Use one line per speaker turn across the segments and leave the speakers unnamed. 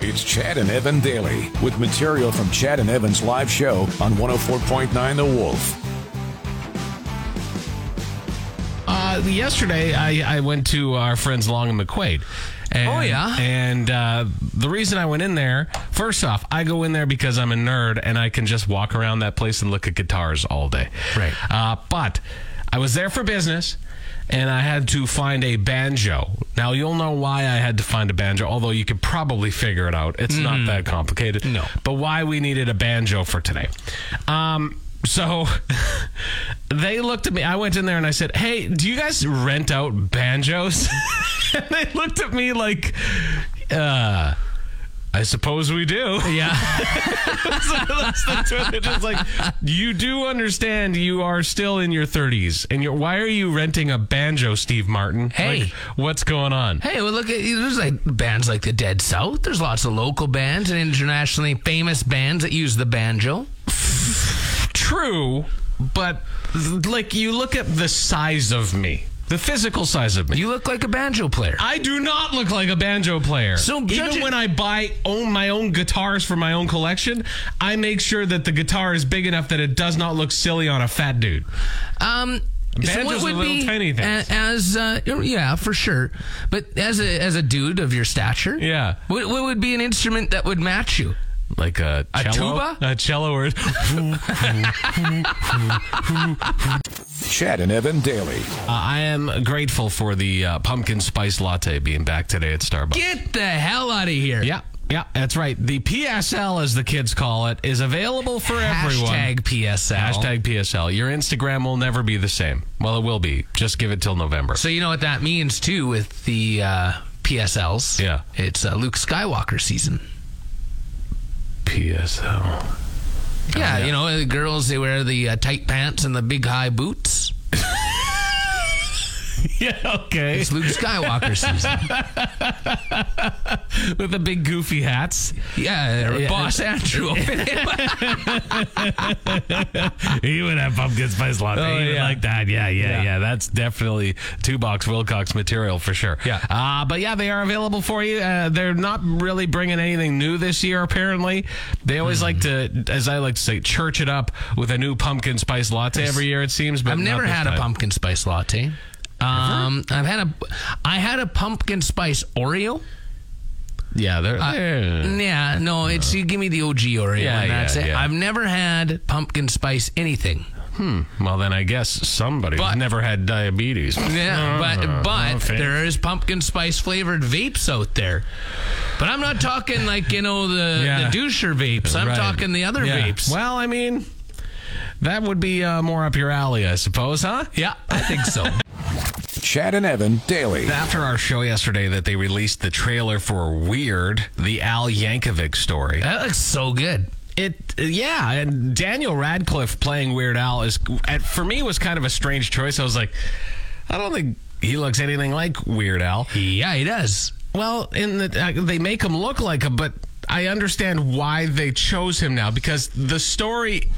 It's Chad and Evan Daily with material from Chad and Evan's live show on 104.9 The Wolf.
Uh, yesterday, I, I went to our friends Long and McQuaid. And,
Oh, yeah?
And uh, the reason I went in there, first off, I go in there because I'm a nerd and I can just walk around that place and look at guitars all day.
Right.
Uh, but I was there for business and I had to find a banjo. Now, you'll know why I had to find a banjo, although you could probably figure it out. It's not that complicated.
Mm-hmm. No.
But why we needed a banjo for today. Um, so they looked at me. I went in there and I said, Hey, do you guys rent out banjos? and they looked at me like, uh, I suppose we do.
Yeah.
So I looked at them and they're just like, you do understand you are still in your 30s. And you're, why are you renting a banjo, Steve Martin?
Hey.
Like, what's going on?
hey, well, look at there's like bands like the Dead South. There's lots of local bands and internationally famous bands that use the banjo.
True, but like you look at the size of me, the physical size of me.
You look like a banjo player.
I do not look like a banjo player.
So judge
even
it-
when I buy own my own guitars for my own collection, I make sure that the guitar is big enough that it does not look silly on a fat dude.
Um,
Banjos are little tiny things.
a- as uh, yeah, for sure. But as a as a dude of your stature,
Yeah.
what, what would be an instrument that would match you?
Like a Uh,
cello?
a cello or
Chad and Evan Daily.
Uh, I am grateful for the uh, pumpkin spice latte being back today at Starbucks.
Get the hell out of here!
yeah, yeah, that's right. The PSL, as the kids call it, is available for everyone.
Hashtag PSL.
Hashtag PSL. Your Instagram will never be the same. Well, it will be. Just give it till November.
So you know what that means too with the uh, PSLs.
Yeah.
it's uh, Luke Skywalker season.
PSL.
Yeah, you know the girls they wear the uh, tight pants and the big high boots.
Yeah, okay.
It's Luke Skywalker season.
With the big goofy hats.
Yeah, or
Yeah.
Boss Andrew.
he would have pumpkin spice latte.
Oh,
he would
yeah.
like that. Yeah, yeah, yeah,
Yeah.
That's definitely two box Wilcox material for sure.
Yeah.
Uh, but yeah, they are available for you. Uh, they're not really bringing anything new this year, apparently. They always
Hmm.
like to, as I like to say, church it up with a new pumpkin spice latte every year, it seems. But
I've
not
never
this
had a
time.
pumpkin spice latte. Um, I've had a, I had a pumpkin spice Oreo.
Yeah, they're. eh. they're-
Yeah, no, it's you give me the OG Oreo
Yeah,
and that's
yeah,
it.
yeah.
I've never had pumpkin spice anything.
well, then I guess somebody's
But-
never had diabetes.
Yeah, but but
okay.
there is pumpkin spice flavored vapes out there. But I'm not talking like you know the
Yeah.
the doucher vapes. I'm
Right.
talking the other
Yeah.
vapes.
Well, I mean, that would be uh, more up your alley, I suppose, huh?
Yeah, I think so.
Chad and Evan Daily.
After our show yesterday, that they released the trailer for Weird, the Al Yankovic story.
that looks so good.
It, yeah, and Daniel Radcliffe playing Weird Al is, at, for me, was kind of a strange choice. I was like, I don't think he looks anything like Weird Al.
Yeah, he does.
Well, in the uh, they make him look like him, but I understand why they chose him now because the story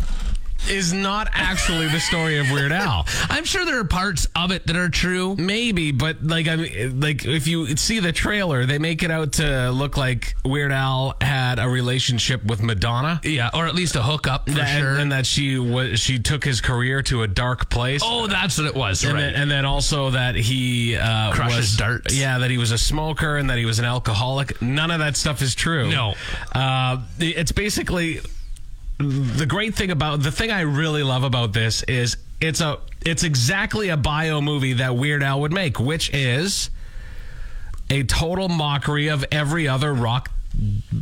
is not actually the story of Weird Al.
I'm sure there are parts of it that are true.
Maybe, but like I mean, like if you see the trailer, they make it out to look like Weird Al had a relationship with Madonna,
Yeah, or at least a hookup for
and,
sure.
and that she was she took his career to a dark place.
oh, that's what it was.
And,
right.
then, and then also that he uh,
Crushes
was
darts.
Yeah, that he was a smoker and that he was an alcoholic. None of that stuff is true.
No.
uh, it's basically the great thing about the thing I really love about this is it's a it's exactly a bio movie that Weird Al would make, which is a total mockery of every other rock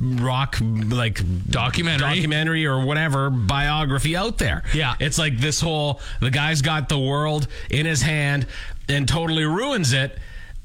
rock like
Documentary.
documentary or whatever biography out there.
Yeah.
It's like this whole the guy's got the world in his hand and totally ruins it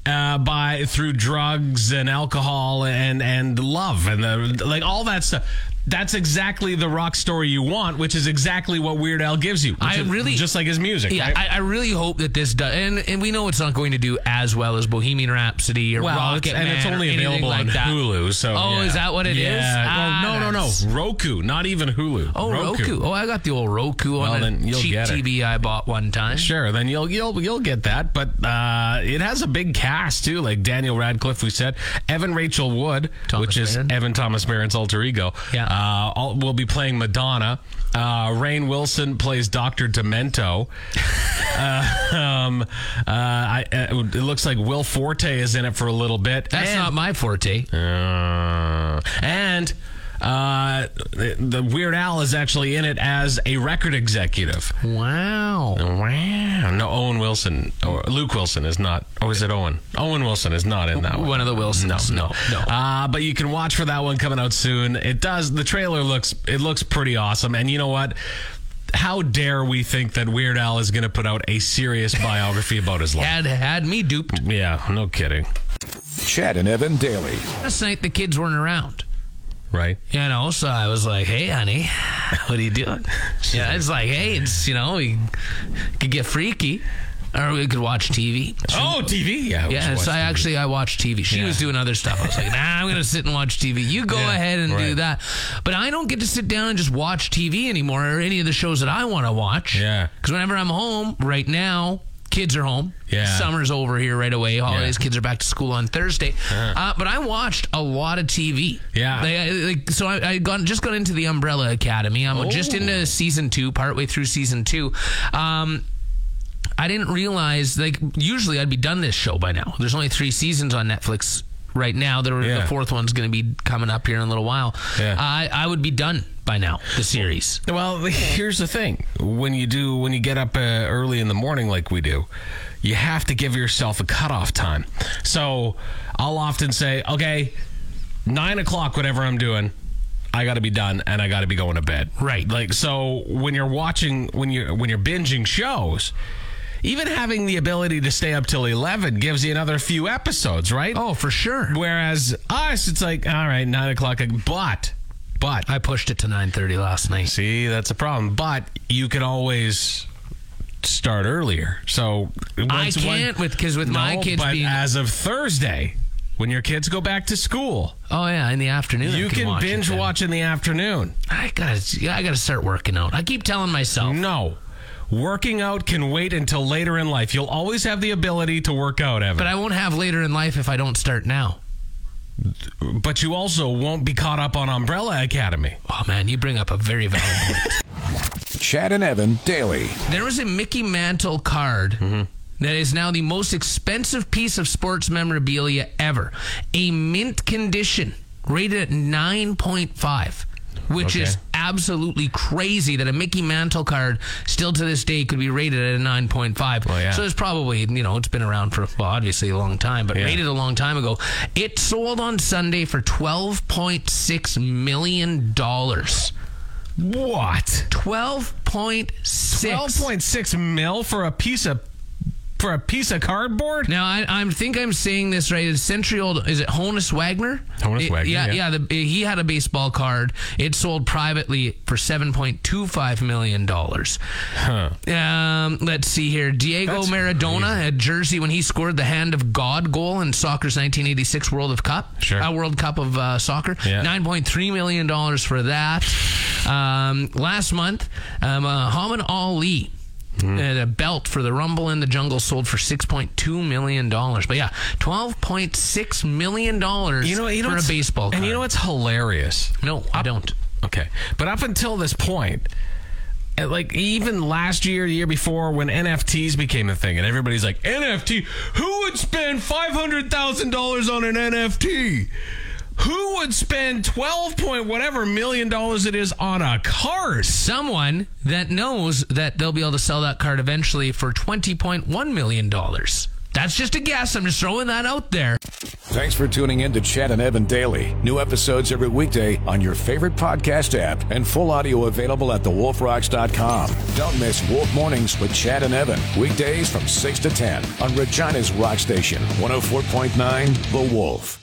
uh, by through drugs and alcohol and and love and the, like all that stuff. that's exactly the rock story you want, which is exactly what Weird Al gives you. which
I
is
really-
just like his music.
Yeah,
right?
I, I really hope that this does, and, and we know it's not going to do as well as Bohemian Rhapsody or
Well,
Rocket
it's- and it's only available
like
on
that.
Hulu. So,
oh,
yeah.
is that what it is?
yeah.
Ah,
Well, no, no, no.
that's-
Roku, not even Hulu.
Oh, Roku. Oh, I got the old Roku
Well,
on
then
a
you'll
cheap
get it.
TV I bought one time.
Sure, then you'll you'll you'll get that, but uh, it has a big cast too, like Daniel Radcliffe, we said, Evan Rachel Wood,
Thomas
which is
Merritt.
Evan Thomas Merritt's alter ego.
Yeah.
uh, all, will be playing Madonna. Uh, Rain Wilson plays Doctor Demento. uh, um, uh, I, uh, it looks like Will Forte is in it for a little bit.
That's
And-
not my forte.
uh, and uh, the, the Weird Al is actually in it as a record executive.
Wow.
Wow. No, Owen Wilson or Luke Wilson is not. Oh, is it Owen? Owen Wilson is not in that one.
One of the Wilsons.
No, no. Uh, but you can watch for that one coming out soon. It does. The trailer looks. It looks pretty awesome. And you know what? How dare we think that Weird Al is going to put out a serious biography about his life?
Had had me duped.
Yeah, no kidding.
Chad and Evan daily.
Last night the kids weren't around.
Right?
You know, so I was like, "Hey, honey, what are you doing?" yeah, it's like, "Hey, it's you know, we could get freaky, or we could watch TV."
Oh, TV. Yeah. we should
Yeah,
watch
so I
TV.
actually I watched TV. She
Yeah.
was doing other stuff. I was like, "Nah, I'm gonna sit and watch TV. You go
Yeah,
ahead and do
right.
that." But I don't get to sit down and just watch TV anymore, or any of the shows that I want to watch.
Yeah.
because whenever I'm home right now. Kids are home.
Yeah.
Summer's over here right away. Holidays, kids are back to school on Thursday. Uh, but I watched a lot of TV.
Yeah.
Like, I- like, so I, I got, just got into the Umbrella Academy. I'm just
Oh.
into season two, partway through season two. Um, I didn't realize like usually I'd be done this show by now. There's only three seasons on Netflix right now. There
Yeah.
the fourth one's going to be coming up here in a little while.
Yeah.
I I would be done by now the series.
Well, here's the thing: when you do, when you get up uh, early in the morning like we do, you have to give yourself a cutoff time. So I'll often say, okay, nine o'clock, whatever I'm doing. I got to be done, and I got to be going to bed.
Right.
Like so, when you're watching, when you are when you're binging shows, even having the ability to stay up till eleven gives you another few episodes, right?
Oh, for sure.
Whereas us, it's like, all right, nine o'clock, but, but
I pushed it to 9:30 last night.
See, that's a problem. But you can always start earlier. So
I
once-
can't
one-
with because with my
No,
kids
but
being
as of Thursday, when your kids go back to school,
oh yeah in the afternoon I
you can
watch it
binge
then.
watch in the afternoon.
I gotta I gotta start working out. I keep telling myself
No. Working out can wait until later in life. You'll always have the ability to work out, Evan.
but I won't have later in life if I don't start now.
but you also won't be caught up on Umbrella Academy.
Oh man, you bring up a very valid point.
Chad and Evan daily.
There was a Mickey Mantle card
Mm-hmm.
that is now the most expensive piece of sports memorabilia ever. A mint condition rated at 9.5, which is
Okay.
absolutely crazy that a Mickey Mantle card still to this day could be rated at a 9.5.
Well, yeah.
So it's probably, you know, it's been around for, well, obviously a long time, but
Yeah.
rated a long time ago. It sold on Sunday for $12.6 million.
What?
12.6
Twelve point six mil for a piece of for a piece of cardboard?
Now I, I think I'm saying this right. It's century old. Is it Honus Wagner?
Honus
It-
Wagner,
Yeah,
yeah.
yeah. the, he had a baseball card. It sold privately for 7.25 million dollars. Um, let's see here. Diego
That's
Maradona at Jersey when he scored the hand of God goal in soccer's 1986 World of Cup.
Sure.
uh, World Cup of uh, soccer.
Yeah.
9.3 million dollars for that. Um, last month, um, Muhammad Ali.
Hmm.
And a belt for the Rumble in the Jungle sold for six point two million dollars. But yeah, twelve point six million dollars.
You know, you know
for a
what's-
baseball.
And you know
card.
what's hilarious?
No, I don't.
Okay, but up until this point, uh, like even last year, the year before, when NFTs became a thing, and everybody's like, NFT, who would spend five hundred thousand dollars on an NFT? Who would spend twelve point whatever million dollars it is on a card?
Someone that knows that they'll be able to sell that card eventually for twenty point one million dollars. That's just a guess. I'm just throwing that out there.
Thanks for tuning in to Chad and Evan Daily. New episodes every weekday on your favorite podcast app and full audio available at thewolfrocks.com. Don't miss Wolf Mornings with Chad and Evan. oh Weekdays from 6 to 10 on Regina's Rock Station, 104.9 The Wolf.